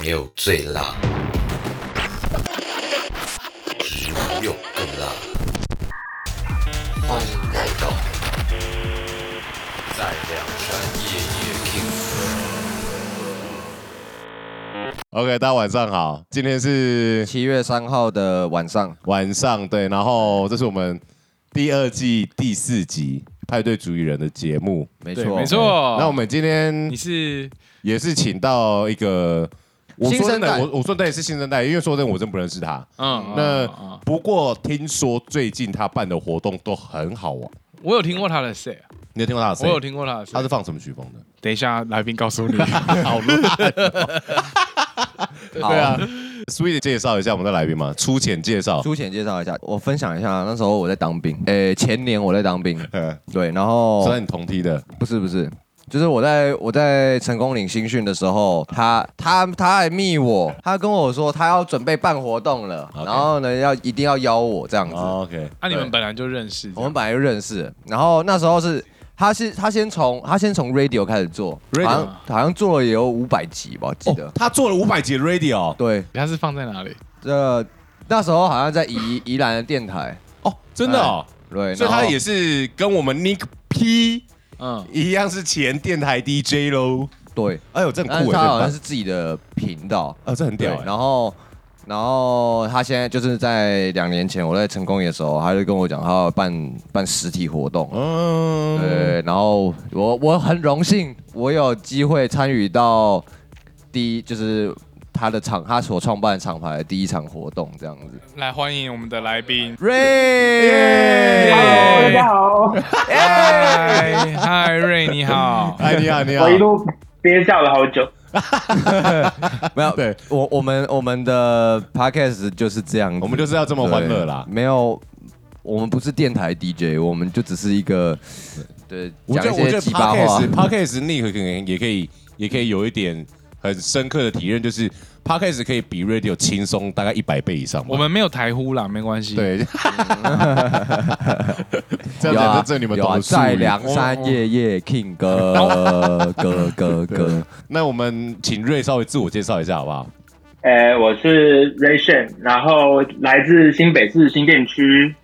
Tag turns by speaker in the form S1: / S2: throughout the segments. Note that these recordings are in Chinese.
S1: 没有最辣，只有更辣。欢迎来到在梁山夜夜 King。
S2: OK，大家晚上好，今天是
S3: 七月三号的晚上，
S2: 晚上对，然后这是我们第二季第四集《派对主义人》的节目。
S3: 没
S4: 对，
S3: 错，
S4: 没。错。
S2: 那我们今天
S4: 你是
S2: 也是请到一个，我
S3: 新
S2: 说真
S3: 生代
S2: 的，我我说对是新生代，因为说真的我真不认识他。
S4: 嗯，
S2: 那
S4: 嗯嗯
S2: 不过听说最近他办的活动都很好玩，
S4: 我有听过他的谁啊？
S2: 你有听过他的声
S4: 我
S2: 音？
S4: 有听过他的谁啊
S2: 他是放什么曲风的？
S4: 等一下来宾告诉 你。
S2: 好
S4: 哦
S2: 乱、对啊 s w e e t 介绍一下我们的来宾嘛，粗浅介绍。
S3: 粗浅介绍一下，我分享一下，那时候我在当
S2: 嗯
S3: 兵，诶、前年我在当 兵，
S2: 呃，
S3: 对，然后
S2: 虽然你同梯的，
S3: 不是不是，就是我在我在成功岭新训的时候，他他他还密我，他跟我说他要准备办活动了
S2: 嗯 OK
S3: 然后呢要一定要邀我这样子，
S2: 哦 OK，
S4: 那你们
S3: 对
S4: 本来就认识，
S3: 我们本来就认识，然后那时候是。他是他先从他先从 radio 开始做
S2: Radio
S3: 好像好像做了也有五百集吧，我记得。
S2: 哦，他做了五百集的 radio，
S3: 对，
S4: 他是放在哪里？
S3: 这呃那时候好像在宜宜兰的电台，
S2: 哦，真的哦，
S3: 哎对，
S2: 所以
S3: 然
S2: 他
S3: 后
S2: 也是跟我们 Nick P
S4: 嗯，
S2: 一样是前电台 DJ 喽。
S3: 对，
S2: 哎呦，这很
S3: 但
S2: 酷
S3: 是
S2: 哎，
S3: 他好像
S2: 这
S3: 是自己的频道，
S2: 很棒啊，这很
S3: 对
S2: 屌哎。
S3: 然后然后他现在就是在两年前我在成功营的时候，他就跟我讲他要办办实体活动，
S2: 嗯，
S3: 对，然后我我很荣幸我有机会参与到第一就是。他的厂，他所创办的厂牌的第一场活动这样子。
S4: 来欢迎我们的来宾。
S3: Ray，
S4: 嗨
S5: 大家好，
S4: 嗨嗨，瑞你 好。
S2: 哎，你好，你好
S5: 我，一路憋笑了好久。
S3: 没有，
S2: 对
S3: 我我们我们的 podcast 就是这样子，
S2: 我们就是要这么欢乐啦
S3: 对。没有，我们不是电台 DJ，我们就只是一个对
S2: 我
S3: 讲
S2: 觉得，我觉
S3: 一些
S2: 得
S3: 鸡巴话
S2: podcast。podcast Nick 可能也可以，也可以有一点很深刻的体验，就是 podcast 可以比 radio 轻松大概一百倍以上吧。
S4: 我们没有台呼啦，没关系。，
S3: 嗯
S2: 对， 这样
S3: 有
S2: 讲
S3: 啊
S2: 就只有你们
S3: 有
S2: 懂哦
S3: 啊，
S2: 的术
S3: 在
S2: 语
S3: 梁山夜夜 King
S2: 哦
S3: 哥哥哥哥，
S2: 那我们请瑞稍微自我介绍一下好不好？
S5: 呃，我是 Ray Shen，然后来自新北市新店区，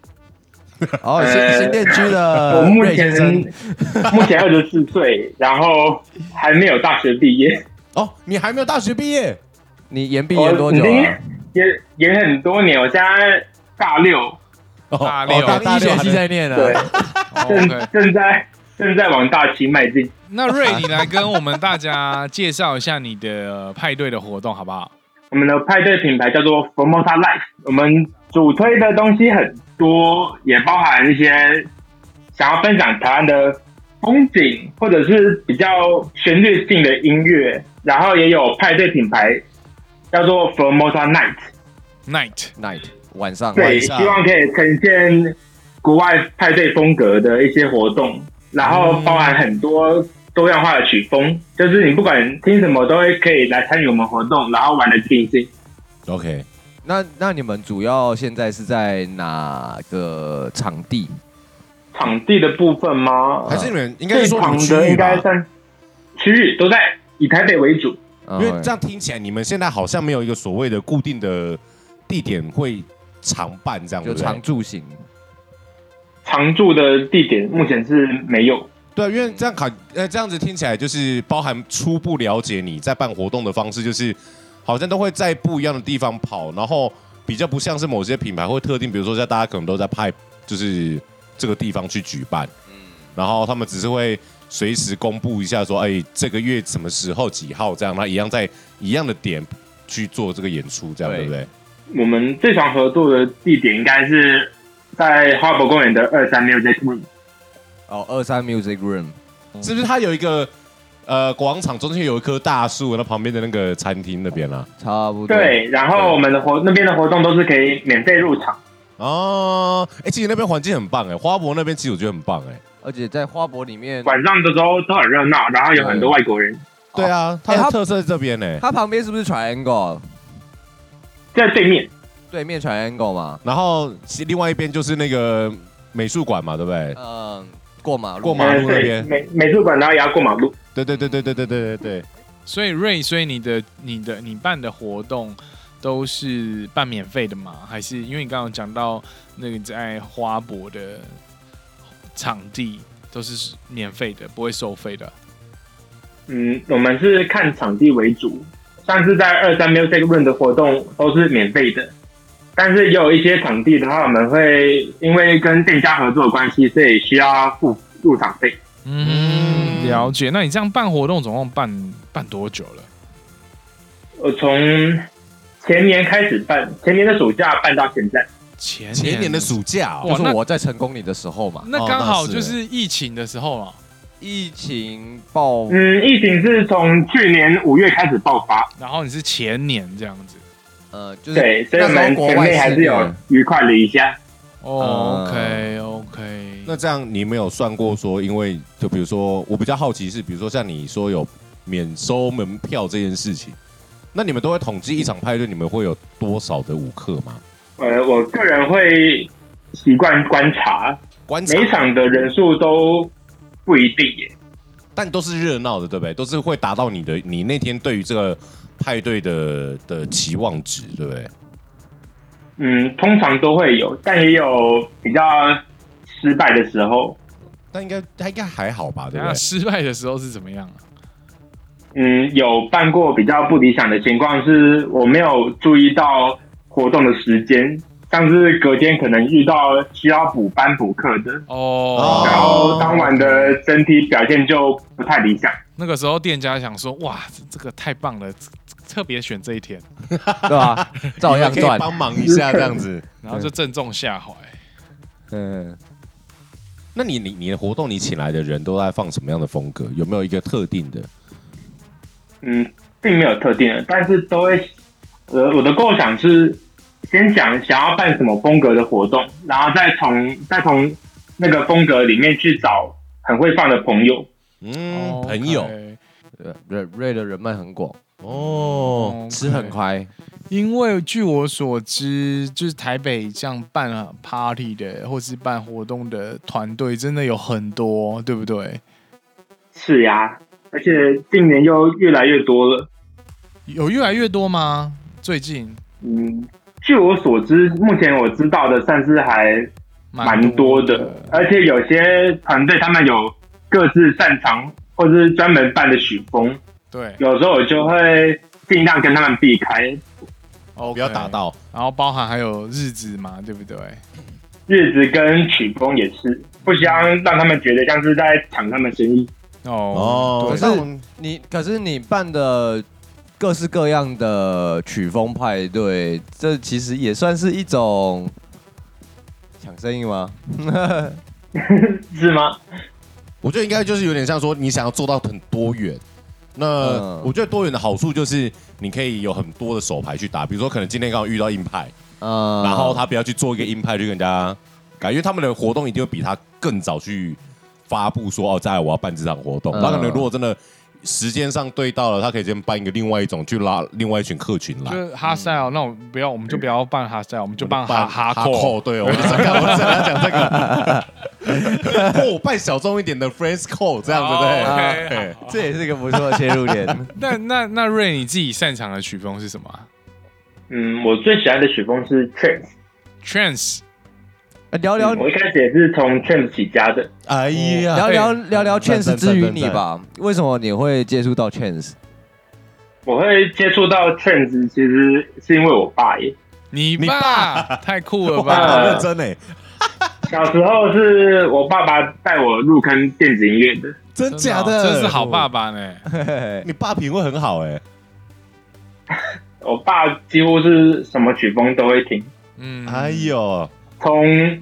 S3: 哦，新
S5: 呃
S3: 新店区
S5: 我
S3: 的
S5: 目
S3: 瑞
S5: 前
S3: 先生，
S5: 目前二十四岁，然后还没有大学毕业，
S2: 哦，你还没有大学毕业，
S3: 你延毕延多久
S5: 我已经
S3: 啊？
S5: 也也很多年，我现在大六，
S2: 哦
S4: 大六
S2: 哦大
S3: 大
S2: 大
S3: 一学
S2: 六
S3: 期在念
S5: 对
S3: 啊，，
S5: 正
S4: OK。
S5: 正在正在往大七迈进。
S4: 那瑞，你来跟我们大家介绍一下你的派对的活动好不好？
S5: 我们的派对品牌叫做 Formosa Life，我们主推的东西很多，也包含一些想要分享台湾的风景，或者是比较旋律性的音乐，然后也有派对品牌叫做 Formosa Night，
S4: Night，
S3: ，night 晚上
S5: 对，
S3: 晚
S5: 希
S3: 上
S5: 望可以呈现国外派对风格的一些活动，然后包含很多多样化的曲风，就是你不管听什么都会可以来参与我们活动，然后玩的尽兴。
S2: OK，
S3: 那那你们主要现在是在哪个场地？
S5: 场地的部分吗？
S2: 还是你
S3: 啊
S2: 们应该
S5: 最
S2: 是说你
S5: 长
S2: 们区
S5: 的
S2: 域
S5: 应该
S2: 吧？
S5: 算区域都在以台北为主，
S2: 因
S3: 因
S2: 为这样听起来，你们现在好像没有一个所谓的固定的地点会常办这样，
S3: 就
S2: 对不对
S3: 常驻型，
S5: 常住的地点目前是没有。
S2: 对，因为这样考呃这样子听起来就是包含初步了解你在办活动的方式，就是好像都会在不一样的地方跑，然后比较不像是某些品牌会特定，比如说在大家可能都在派就是这个地方去举办，然后他们只是会随时公布一下说，哎，这个月什么时候几号这样，那一样在一样的点去做这个演出，这样对
S3: 对
S2: 不对？
S5: 我们最常合作的地点应该是在花博公园的二三六 J Room。
S3: 哦，二三 Music Room，
S2: 是不是它有一个呃广场中间有一棵大树，那旁边的那个餐厅那边啊？
S3: 差不多。
S5: 对，然后我们的活那边的活动都是可以免费入场。
S2: 哦，哎、其实那边环境很棒哎、花博那边其实我觉得很棒哎、
S3: 而且在花博里面，
S5: 晚上的时候都很热闹，然后有很多外国人
S2: 对啊，它
S3: 哎它
S2: 的特色是这边呢、
S3: 它旁边是不是 Triangle？
S5: 在对面。
S3: 对面 Triangle 嘛，
S2: 然后其另外一边就是那个美术馆嘛，对不对？
S3: 嗯，过马路，
S2: 过马路那边
S5: 呃对美美术馆，然后也要过马路。
S2: 对对对对对对对对对。
S4: 所以瑞，所以你的、你的、你办的活动都是办免费的吗？还是因为你刚刚有讲到那个在花博的场地都是免费的，不会收费的？
S5: 嗯，我们是看场地为主，上次在二三 Music Run 的活动都是免费的，但是也有一些场地的话，我们会因为跟店家合作的关系，所以需要付入场费。
S4: 嗯，了解。那你这样办活动总共办办多久了？
S5: 我从前年开始办，前年的暑假办到现在，
S4: 前
S2: 前年的暑假哦，
S4: 哇
S3: 就是
S4: 那
S3: 我在成功你的时候嘛，
S4: 那
S2: 哦
S4: 刚
S2: 那
S4: 好
S2: 是
S4: 就是疫情的时候啊，
S3: 疫情爆
S5: 嗯，疫情是从去年五月开始爆发，
S4: 然后你是前年这样子。
S3: 呃，就是
S5: 对，所以我
S3: 那时
S5: 们
S3: 候国
S5: 前
S3: 外
S5: 面还
S3: 肆
S5: 是
S3: 虐
S5: 有愉快了一下。
S4: 哦、
S3: 嗯
S4: o k OK，
S2: 那这样你没有算过说，因为就比如说，我比较好奇是，比如说像你说有免收门票这件事情，那你们都会统计一场派对，你们会有多少的舞客吗？
S5: 呃，我个人会习惯观察，
S2: 观察
S5: 每，场的人数都不一定耶。
S2: 但都是热闹的，对不对？都是会达到你的你那天对于这个派对的的期望值，对不对？
S5: 嗯，通常都会有，但也有比较失败的时候。
S2: 但应该他应该还好吧，对不
S4: 那
S2: 对？
S4: 失败的时候是怎么样啊？
S5: 嗯，有办过比较不理想的情况是，我没有注意到活动的时间，像是隔天可能遇到需要补班补课的，
S4: 哦、
S5: 然后当晚的整体表现就不太理想。
S4: 那个时候店家想说，哇，这这个太棒了，这这特别选这一天，
S3: 对 吧？照样
S2: 你们可以
S3: 赚，
S2: 帮忙一下这样子。
S4: 然后就正中下怀。
S3: 嗯，
S2: 那你你你的活动，你请来的人都在放什么样的风格？有没有一个特定的？
S5: 嗯，并没有特定的，但是都会，呃，我的构想是先想想要办什么风格的活动，然后再从再从那个风格里面去找很会放的朋友。
S2: 嗯，
S4: 哦 OK
S2: 朋友
S3: 呃瑞瑞的人脉很广，
S2: 哦，
S4: OK
S3: 吃很快，
S4: 因为据我所知，就是台北这样办啊 party 的，或是办活动的团队，真的有很多，对不对？
S5: 是呀，而且近年又越来越多了。
S4: 有越来越多吗？最近
S5: 嗯，据我所知，目前我知道的算是还蛮多的，而且有些团队他们有各自擅长或是专门办的曲风，
S4: 对，
S5: 有时候我就会尽量跟他们避开。
S4: 哦，
S2: 不要打。到。
S4: 然后包含还有日子嘛，对不对？
S5: 日子跟曲风也是，不希望让他们觉得像是在抢他们生意。
S4: 哦，
S3: 可
S4: 对
S3: 是你可是你办的各式各样的曲风派对，这其实也算是一种抢生意吗？
S5: 是吗？
S2: 我觉得应该就是有点像说，你想要做到很多元。那、
S3: 嗯
S2: 我觉得多元的好处就是，你可以有很多的手牌去打，比如说可能今天刚好遇到硬派，
S3: 嗯，
S2: 然后他不要去做一个硬派去跟人家改，因为他们的活动一定会比他更早去发布说哦，在我要办这场活动。
S3: 嗯
S2: 那、可能如果真的时间上对到了，他可以先办一个另外一种去拉另外一群客群来。
S4: 就是哈塞尔，那我不要，我们就不要办哈塞尔，我们就办哈
S2: 办
S4: 哈
S2: 扣，
S4: 扣。
S2: 对哦，我就是刚我正要讲这个， 哦，我办小众一点的 Friends Call 这样子
S4: 哦
S2: 对
S4: ，OK，
S2: 对，
S3: 这也是一个不错的切 入点。
S4: 那那那瑞，你自己擅长的曲风是什么啊
S5: 嗯，我最喜欢的曲风是 trance，
S4: ？Trance，
S3: 聊聊
S5: 我一开始也是从 trance 起家的。
S2: 哎呀，
S3: 聊聊
S4: 对
S3: 聊聊
S2: 赞
S3: Chance
S2: 赞
S3: 之于
S2: 赞
S3: 你
S2: 赞
S3: 吧，为什么你会接触到 Chance？
S5: 我会接触到 trance，其实是因为我爸耶。
S4: 你
S2: 你
S4: 爸太酷了
S2: 哇好
S4: 吧？
S2: 认真哎，
S5: 小时候是我爸爸带我入坑电子音乐的，
S2: 真假
S4: 真
S2: 的，
S4: 真是好爸，爸呢。
S2: 你爸品味很好哎，
S5: 我爸几乎是什么曲风都会听，
S4: 嗯，
S2: 哎呦，
S5: 从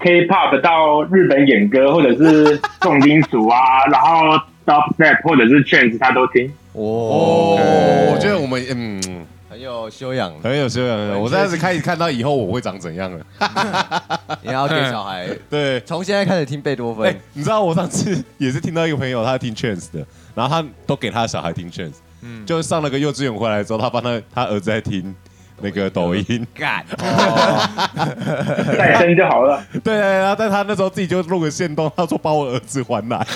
S5: K-pop 到日本演歌，或者是重金属啊， 然后 dubstep 或者是 trance，他都听。
S2: 哦，我觉得我们嗯
S3: 很有修养，
S2: 很有修养，我开始开始看到以后我会长怎样了，
S3: 也要给 小孩
S2: 对，
S3: 从现在开始听贝多
S2: 哎、
S3: 芬。
S2: 你知道我上次也是听到一个朋友，他听 Chance 的，然后他都给他的小孩听 Chance，嗯，
S4: 嗯
S2: 就是上了个幼稚园回来之后，他帮他他儿子在听那个抖音。
S3: 干，
S5: 再生就好了。
S2: 对，然后但他那时候自己就录个线动，他说把我儿子还来。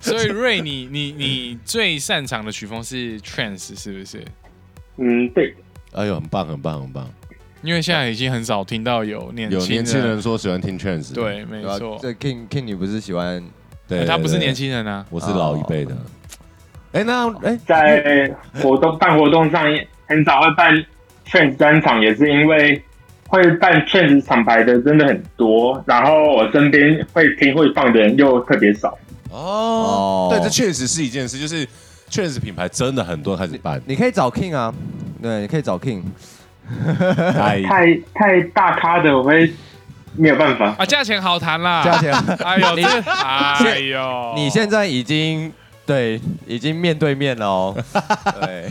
S4: 所以瑞，你你你最擅长的曲风是 trance 是不是？
S5: 嗯，对，
S2: 哎呦，很棒，很棒，很棒！
S4: 因为现在已经很少听到有年
S2: 有
S4: 轻
S2: 年轻人，说喜欢听 trance，
S4: 对，没
S3: 对啊
S4: 错，哎
S3: 这 King King 你不是喜欢
S2: 对，
S4: 他不是
S2: 对
S4: 年，轻人啊，
S2: 对我是老一辈的。哎，那哎，
S5: 在活动办活动上很少会办 trans 专场，也是因为会办 trans 厂牌的真的很多，然后我身边会听会放的人又特别少。
S2: 哦
S3: 哦，
S2: 对，这确实是一件事，就是 trance 品牌真的很多人开始办，
S3: 你可以找 King 啊，对，你可以 找 King。
S2: 哎，
S5: 太太大咖的我会没有办法。
S4: 啊，价钱好谈啦，
S3: 价钱，
S4: 哎呦，这个哎呦，
S3: 你现在已经对，已经面对面了哦。对，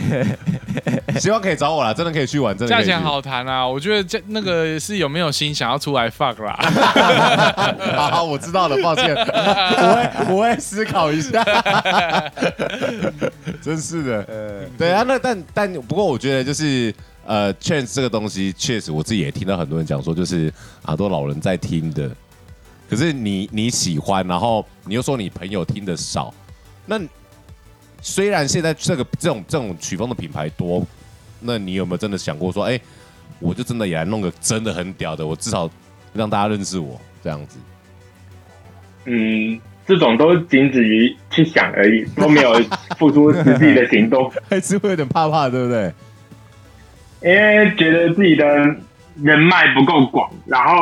S2: 希望可以找我啦，真的可以去玩，真的可
S4: 价
S2: 以去
S4: 钱好谈啊，我觉得这那个是有没有心想要出来 fuck 啦，
S2: 好好，我知道了，抱歉，我会我会思考一下。 真是的，对啊，那但但不过我觉得就是呃，trance 这个东西确实我自己也听到很多人讲说，就是啊都老人在听的，可是你你喜欢，然后你又说你朋友听的少，那虽然现在这个这种这种曲风的品牌多，那你有没有真的想过说，哎、我就真的也来弄个真的很屌的，我至少让大家认识我这样子。
S5: 嗯，这种都仅止于去想而已，都没有付出实际的行动，
S2: 还是会有点怕 怕，对不对？
S5: 因为觉得自己的人脉不够广，然后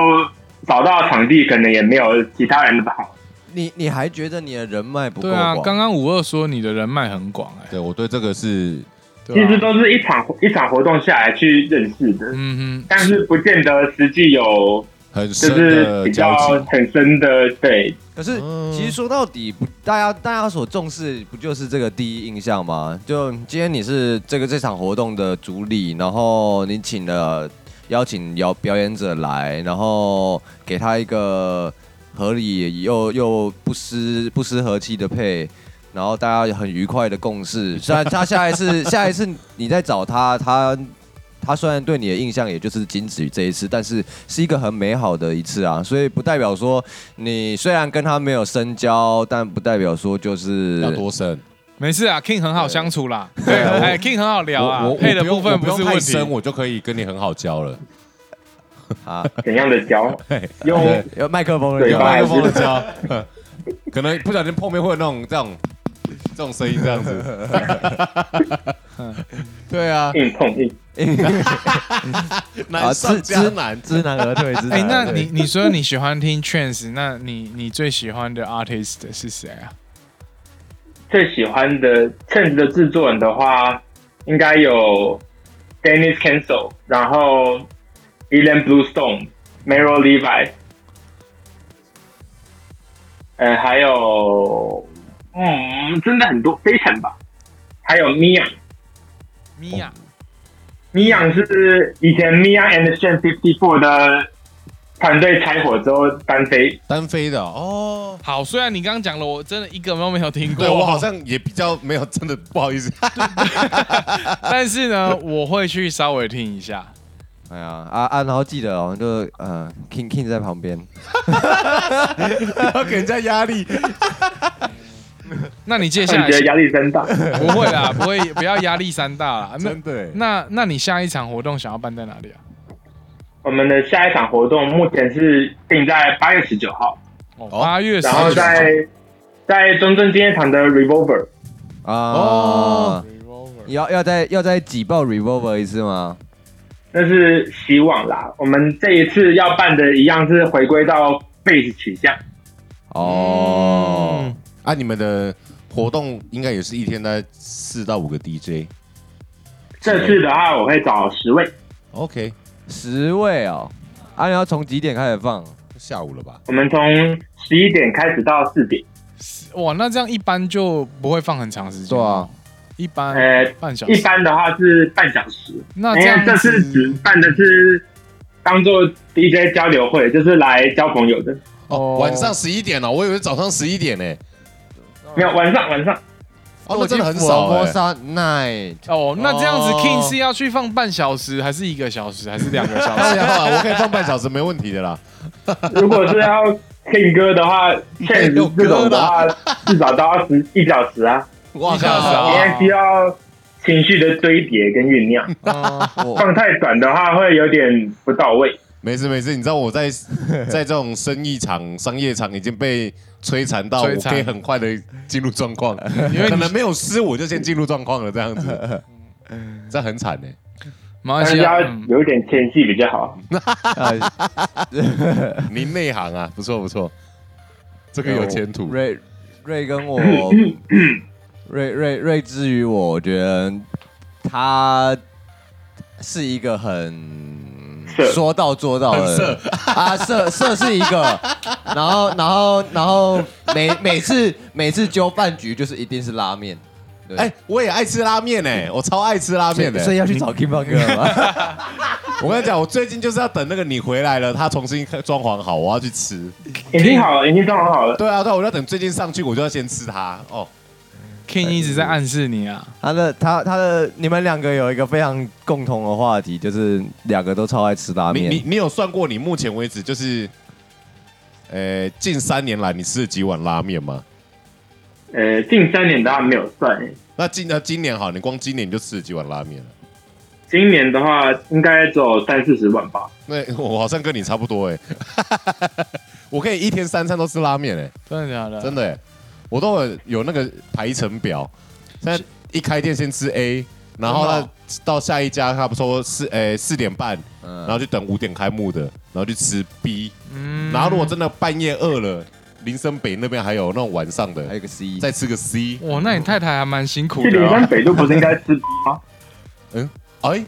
S5: 找到场地可能也没有其他人的好。
S3: 你你还觉得你的人脉不够
S4: 对啊，
S3: 广？
S4: 刚刚五二说你的人脉很广哎，
S2: 对我对这个是
S4: 对
S5: 其
S4: 吧
S5: 实都是一场一场活动下来去认识的，
S4: 嗯哼，
S5: 但是不见得实际有
S2: 很
S5: 就
S2: 深
S5: 是
S2: 的
S5: 比
S2: 交
S5: 较
S2: 集。
S5: 很深的对。
S3: 可是
S2: 嗯
S3: 其实说到底，不，大家大家所重视不就是这个第一印象吗？就今天你是这个这场活动的主理，然后你请了邀请表表演者来，然后给他一个合理又又不失不失和气的配。然后大家很愉快的共事，虽然他下一次 下一次你再找他，他他虽然对你的印象也就是仅止于这一次，但是是一个很美好的一次啊，所以不代表说你虽然跟他没有深交，但不代表说就是
S2: 要多深？
S4: 没事啊，King 很好相处啦，对，哎，King 很好聊啊
S2: 我我，
S4: 配的
S2: 我不用
S4: 部分
S2: 我不用
S4: 是
S2: 太
S4: 问题
S2: 深，，我就可以跟你很好交了。
S3: 啊，
S5: 怎样的 交？用
S3: 有麦克风了，
S5: 对
S2: 有
S3: 有
S2: 麦
S3: 麦
S2: 克
S3: 克
S2: 风
S5: 风
S2: 的
S5: 的
S2: 交， 可能不小心碰面会有那种这种这种声音这样子。 对啊，
S5: 硬碰硬，
S3: 啊，
S2: 难
S3: 知
S2: 上加
S3: 知
S2: 难。
S3: 知难而退，知难而退。
S4: 哎，那你你说你喜欢听 trance，那你你最喜欢的 artist 是谁啊？
S5: 最喜欢的 Trans 的制作人的话，应该有 Dennis Cancel，然后 Elan Bluestone、Meryl Levi，呃，还有嗯，真的很多，非常吧，还有 Mia。
S4: 米娅，
S5: 米养是以前 Mia and s h a n Fifty Four 的团队拆伙之后单飞，
S2: 单飞的哦，
S4: 好，虽然你刚刚讲了，我真的一个都没有听过，
S2: 对我好像也比较没有，真的不好意思。
S4: 但是呢，我会去稍微听一下。
S3: 哎呀啊啊，然后记得哦，就呃，King King 在旁边，
S2: 要给人家压力，
S4: 那你接
S5: 但
S4: 下 来
S5: 觉得压力山大。
S4: 不会啦，不会，不要压力山大啦。那
S2: 啊真的。欸
S4: 那那你下一场活动想要办在哪里啊？
S5: 我们的下一场活动目前是定在八月十九号，
S4: 哦，
S2: 哦
S4: 八月十
S5: 然后
S4: 九
S5: 在在中正纪念堂的 Revolver，
S3: 啊，
S2: 哦
S3: 你要要再要再挤爆 Revolver 一次吗？
S5: 那是希望啦。我们这一次要办的一样是回归到 Face 取向，
S3: 哦，
S2: 啊，你们的活动应该也是一天大概四到五个 DJ。
S5: 这次的话我会找十位，
S2: OK，
S3: 十位哦，啊，你要从几点开始放？
S2: 下午了吧？
S5: 我们从十一点开始到四点，
S4: 哇，那这样一般就不会放很长时间。
S3: 对啊，
S4: 一般
S5: 呃
S4: 半小
S5: 一
S4: 时。
S5: 般的话是半小时。
S4: 那
S5: 因
S4: 这
S5: 为
S4: 样
S5: 哎这次只
S4: 子
S5: 办的是当做 DJ 交流会，就是来交朋友的。
S2: 啊哦，晚上十一点哦，我以为早上十一点呢。
S5: 没有晚上晚上
S2: 哦，那真的很少
S3: 佛
S2: 哎、
S3: 摩萨 night，
S4: 哦，那这样子
S3: 哦
S4: King 是要去放半小时，还是一个小时，还是两个小
S2: 那
S4: 时？
S2: 然后啊我可以放半小时没问题的啦。
S5: 如果是要 King 歌 的话，King
S2: 有
S5: 这
S2: 歌
S5: 种的
S2: 啦
S5: 话，至少都要十一小时 啊，
S2: 哇
S4: 一小时
S2: 哦
S5: 因
S4: 啊
S5: 为需哎要情绪的堆叠跟酝酿，
S3: 哦 我
S5: 放太短的话会有点不到位。
S2: 没事没事，你知道我 在在这种生意场、商业场已经被摧残到，
S4: 摧
S2: 我
S4: 残
S2: 可以很快的进入状况，
S4: 因为
S2: 可能没有失我就先进入状况了，这样 子，这很惨哎、
S4: 马
S5: 但
S4: 来
S5: 是
S4: 西亚
S5: 哎要，
S4: 嗯
S5: 有一点前戏比较好。
S3: 呃
S2: 您内行啊，不错不错，这个有前途。
S3: 瑞瑞 跟我，瑞瑞瑞之于我，我觉得他是一个很
S5: 色
S3: 说到做到的人啊，色色是一 个，然后然后然后每每次每次揪饭局就是一定是拉面，对
S2: 哎、我也爱吃拉面哎、 我超爱吃拉面的、
S3: 所以要去找 Kim 哥 吗？
S2: 我跟你讲，我最近就是要等那个你回来了，他重新装潢好，我要去吃。
S5: 已经好了，已经装好好了。
S2: 对啊，对啊，我要等最近上去，我就要先吃它哦。
S4: King 一直在暗示你啊，
S3: 他的他他的你们两个有一个非常共同的话题，就是两个都超爱吃拉
S2: 你
S3: 面
S2: 你。你有算过你目前为止就是，呃，近三年来你吃了几碗拉面吗？
S5: 呃，近三年的话没有算，
S2: 那今那今年好，你光今年你就吃了几碗拉面了？
S5: 今年的话应该只有三四十万吧。
S2: 那我好像跟你差不多哎、 我可以一天三餐都吃拉面哎、
S4: 真的假的？
S2: 真的、欸，我都有有那个排程表，现在一开店先吃 A，然后
S4: 真的
S2: 呢
S4: 哦
S2: 到下一家差不多四诶四点半，
S3: 嗯
S2: 然后就等五点开幕的，然后去吃 B，
S4: 嗯
S2: 然后如果真的半夜饿了，林森北那边还有那种晚上
S3: 还有
S2: 的，
S3: 一个 C，
S2: 再吃个 C，
S4: 哇，那你太太还蛮辛苦
S5: 去
S4: 的
S5: 林
S4: 啊、
S5: 山北路不是应该吃 B 吗？
S2: 哎
S3: 哎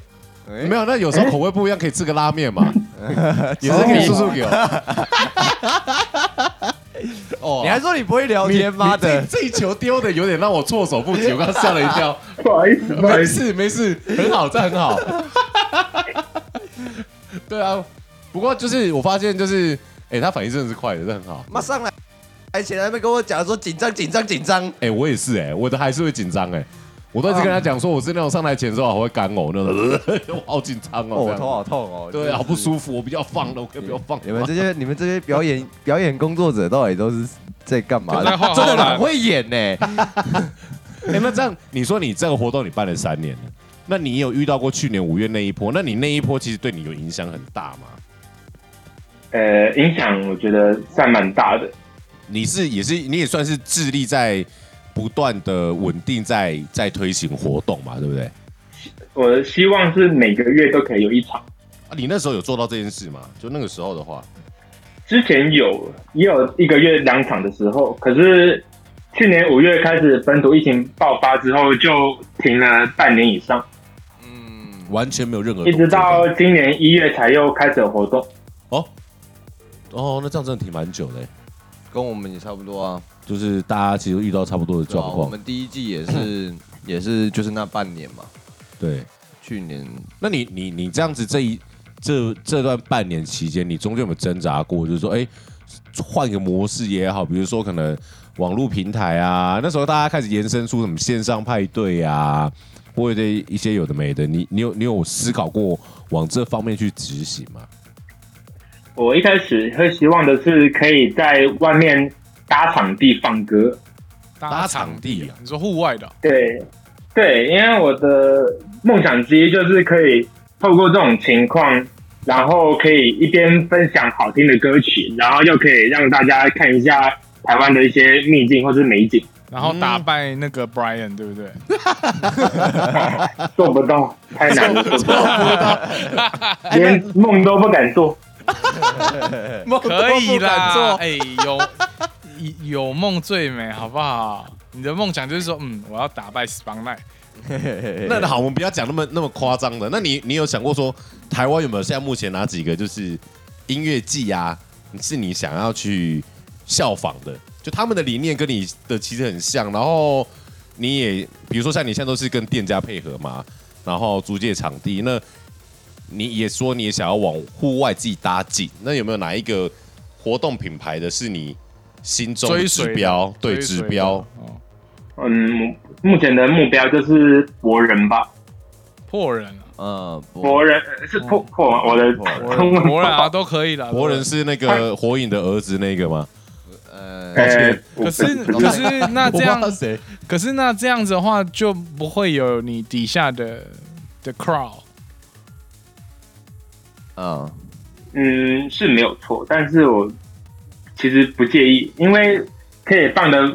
S2: 没有，那有时候口味不一样，可以吃个拉面嘛，也是可以
S5: 哦
S2: 速速 给我。哦
S3: 你还说你不会聊天
S2: 妈
S3: 妈的
S2: 的，这一球丢的有点让我措手不及，我刚刚吓了一跳。
S5: 不好意思，不 好
S2: 没
S5: 意思，
S2: 事没事，很好，这很好。 对啊，不过就是我发现就是，哎、他反应真的是快的，这很好。
S3: 妈上来，而且那边跟我讲说紧张紧张紧张，
S2: 哎、我也是哎、我的还是会紧张哎，我都一直跟他讲说我是那种上台前的时候我会干呕那种， 我好紧张哦，这
S3: 哦，我
S2: 样
S3: 头好痛哦，
S2: 对，啊好不
S3: 服。
S2: 舒服，我比较放的，我可以不要放。
S3: 你们这些你们这些表演表演工作者到底都是在干嘛
S4: 都在画
S3: 的？
S4: 画
S3: 真的
S4: 啦
S3: 很会 演呢。
S2: 哎、那这样 你说你这个活动你办了三年了，那你有遇到过去年五月那一波？那你那一波其实对你有影响很大吗？
S5: 呃，影响我觉得算蛮大的。
S2: 你是也是你也算是致力在不断的稳定在在推行活动嘛，对不对？啊，
S5: 我希望是每个月都可以有一场。
S2: 啊你那时候有做到这件事吗？就那个时候的话，
S5: 之前有也有一个月两场的时候，可是去年五月开始本土疫情爆发之后，就停了半年以上，
S3: 嗯，
S2: 完全没有任何
S5: 一直
S2: 动作
S5: 到今年一月才又开始有活动。
S2: 哦哦，那这样真的挺蛮久的欸，
S3: 跟我们也差不多啊。
S2: 就是大家其实遇到差不多的
S3: 对啊
S2: 状
S3: 我
S2: 况。
S3: 们第一季也是也是就是那半年嘛，
S2: 对，
S3: 去年
S2: 那你你你这样子这一这这段半年期间，你中间有没有挣扎过？就是说，哎、换个模式也好，比如说可能网络平台啊，那时候大家开始延伸出什么线上派对啊，或者一些有的没的，你你有你有思考过往这方面去执行吗？
S5: 我一开始会希望的是可以在外面搭场地放歌，
S2: 搭场地啊
S4: 你说户外的哦、
S5: 对，对，因为我的梦想之一就是可以透过这种情况，然后可以一边分享好听的歌曲，然后又可以让大家看一下台湾的一些秘境或是美景。
S4: 然后打败那
S3: 嗯
S4: 个 Brian，对不对？
S5: 做不到，太难了，做不到，
S4: 嗯
S5: 连梦都不敢做。
S4: 可以
S3: 敢
S4: 啦，
S3: 做
S4: 哎、有以有梦最美，好不好？你的梦想就是说，嗯，我要打败 s p a n Night。
S2: 那好，我们不要讲那么那么夸张的。那你你有想过说，台湾有没有现在目前哪几个就是音乐季啊，是你想要去效仿的？就他们的理念跟你的其实很像，然后你也比如说像你现在都是跟店家配合嘛，然后租借场地，那你也说你也想要往户外自己搭景，那有没有哪一个活动品牌的是你心中的
S4: 追随
S2: 指
S4: 的
S2: 标？对，
S4: 追随
S2: 指
S4: 的
S2: 标。
S4: 哦
S5: 嗯，目前的目标就是博人吧，
S4: 破人 啊，
S3: 嗯，
S5: 博人呃是破破吗？我的
S3: 破人
S4: 博
S5: 中
S4: 人
S5: 文
S4: 博人啊都可以了。
S2: 博人是那个火影的儿子那个吗？
S3: 呃，
S5: 呃，
S4: 可是
S5: 不
S4: 可是那这样
S2: 我不知道谁？
S4: 可是那这样子的话，就不会有你底下的的 crowd。
S3: 嗯，
S5: 嗯，是没有错，但是我其实不介意，因为可以放的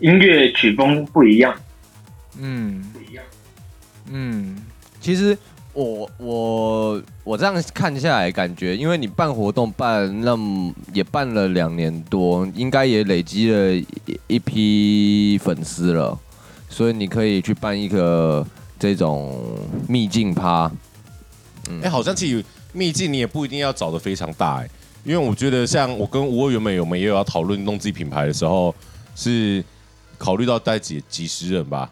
S5: 音乐曲风不一样，
S4: 嗯
S5: 不一样。
S4: 嗯，
S3: 其实我我我这样看下来，感觉因为你办活动办那么也办了两年多，应该也累积了一一批粉丝了，所以你可以去办一个这种秘境趴。
S2: 哎、好像其实秘境你也不一定要找的非常大哎、因为我觉得像我跟吴二原本我们也有要讨论弄自己品牌的时候，是考虑到大概几几十人吧，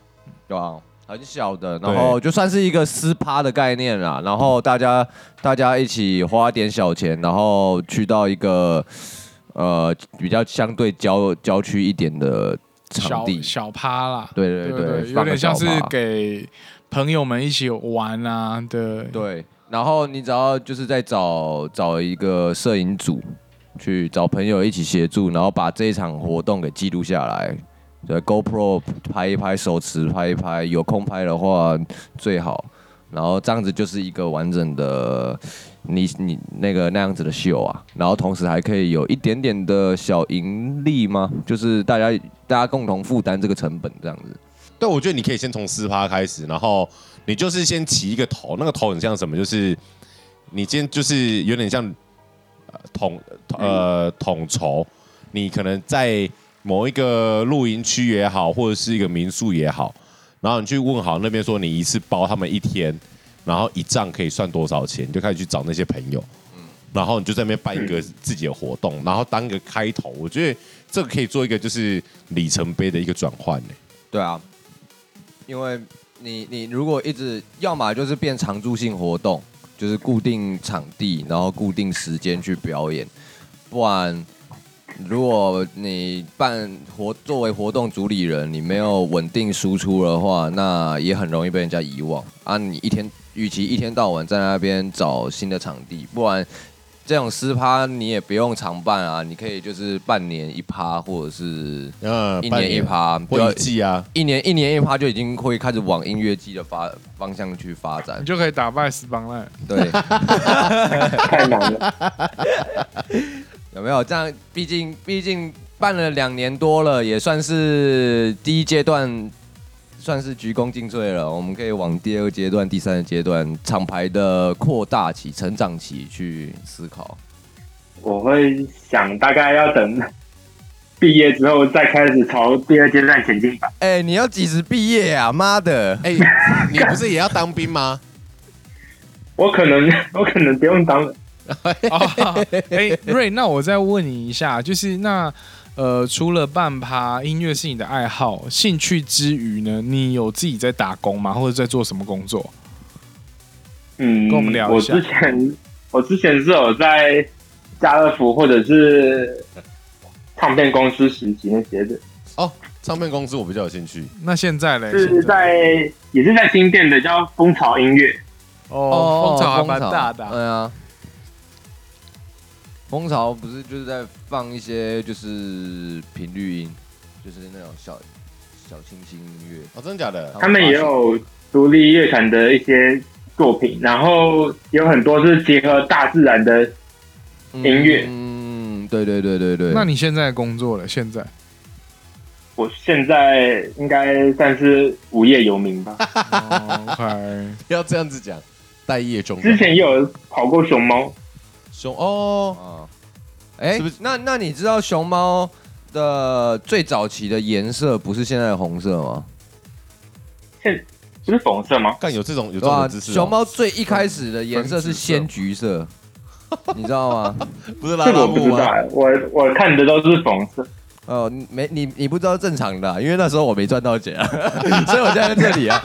S3: 对啊，很小的，
S2: 对
S3: 然后就算是一个私趴的概念啦，然后大家大家一起花点小钱，然后去到一个呃比较相对郊郊区一点的场
S4: 小
S3: 地，
S4: 小趴啦，
S3: 对对
S4: 对
S3: 对
S4: 有
S3: 放个
S4: 点像
S3: 小
S4: 是
S3: 趴
S4: 给朋友们一起玩啊的。
S3: 对，然后你只要就是再找找一个摄影组，去找朋友一起协助，然后把这一场活动给记录下来。对，GoPro 拍一拍，手持拍一拍，有空拍的话最好。然后这样子就是一个完整的你你那个那样子的秀啊，然后同时还可以有一点点的小盈利吗？就是大家大家共同负担这个成本这样子。
S2: 对，我觉得你可以先从私趴开始，然后你就是先起一个头，那个头很像什么？就是你今天就是有点像呃统呃统筹，你可能在某一个露营区也好，或者是一个民宿也好，然后你去问好那边说你一次包他们一天，然后一账可以算多少钱，你就开始去找那些朋友。然后你就在那边办一个自己的活动，然后当一个开头，我觉得这个可以做一个就是里程碑的一个转换呢。
S3: 对啊，因为你你如果一直要么就是变常驻性活动，就是固定场地，然后固定时间去表演，不然如果你办活作为活动主理人，你没有稳定输出的话，那也很容易被人家遗忘啊！你一天与其一天到晚在那边找新的场地，不然。这种私趴你也不用常办啊，你可以就是半年一趴，或者是
S2: 嗯，
S3: 一
S2: 半
S3: 年一趴，不
S2: 或
S3: 要
S2: 一季啊，
S3: 一年一年一趴就已经会开始往音乐季的发方向去发展
S4: 你。就可以打败死邦赖。
S3: 对，
S5: 太难了。
S3: 有没有这样？毕竟毕竟办了两年多了，也算是第一阶段，算是鞠躬尽瘁了。我们可以往第二阶段、第三阶段厂牌的扩大期、成长期去思考。
S5: 我会想大概要等毕业之后再开始朝第二阶段前进吧。
S3: 哎、你要几时毕业啊？妈的！
S2: 哎、你不是也要当兵吗？
S5: 我可能 我可能不用当了，
S4: 哦，哎，瑞，那我再问你一下，就是那呃，除了半趴，音乐是你的爱好、兴趣之余呢，你有自己在打工吗？或者在做什么工作？
S5: 嗯，
S4: 跟我们聊一
S5: 我
S4: 下
S5: 之前我之前是有在家乐福或者是唱片公司实习那些的，
S2: 哦，唱片公司我比较有兴趣。
S4: 那现在嘞？
S5: 是
S4: 现
S5: 在也是在新店的叫蜂巢音乐，
S4: 哦，风潮还蛮
S3: 风
S4: 大的啊。
S3: 对啊，蜂巢不是就是在放一些就是频率音，就是那种小小清新音乐。
S2: 哦，真的假的？
S5: 他们也有独立乐团的一些作品，然后有很多是结合大自然的。音乐
S3: 嗯，对对对对对。
S4: 那你现在的工作了？现在
S5: 我现在应该算是无业游民吧，
S4: 哦，OK，
S2: 不要这样子讲，待业中。
S5: 之前也有跑过熊猫，
S2: 熊哦，
S3: 啊，哎、
S2: 是不是
S3: 那那你知道熊猫的最早期的颜色不是现在的红色吗？
S5: 现不是粉红色吗？
S2: 干有这种有这
S3: 对啊
S2: 种
S3: 吧？
S2: 知识、哦
S3: 熊，猫最一开始的颜色是鲜橘色，你知道吗？
S2: 不是拉
S5: 这个
S2: 拉
S5: 我不
S2: 木啊
S5: 知道
S2: 吗？
S5: 欸，我我看的都是粉红色。
S3: 哦，你没你你 不知道正常的啊、因为那时候我没赚到钱啊，所以我现在在这里啊。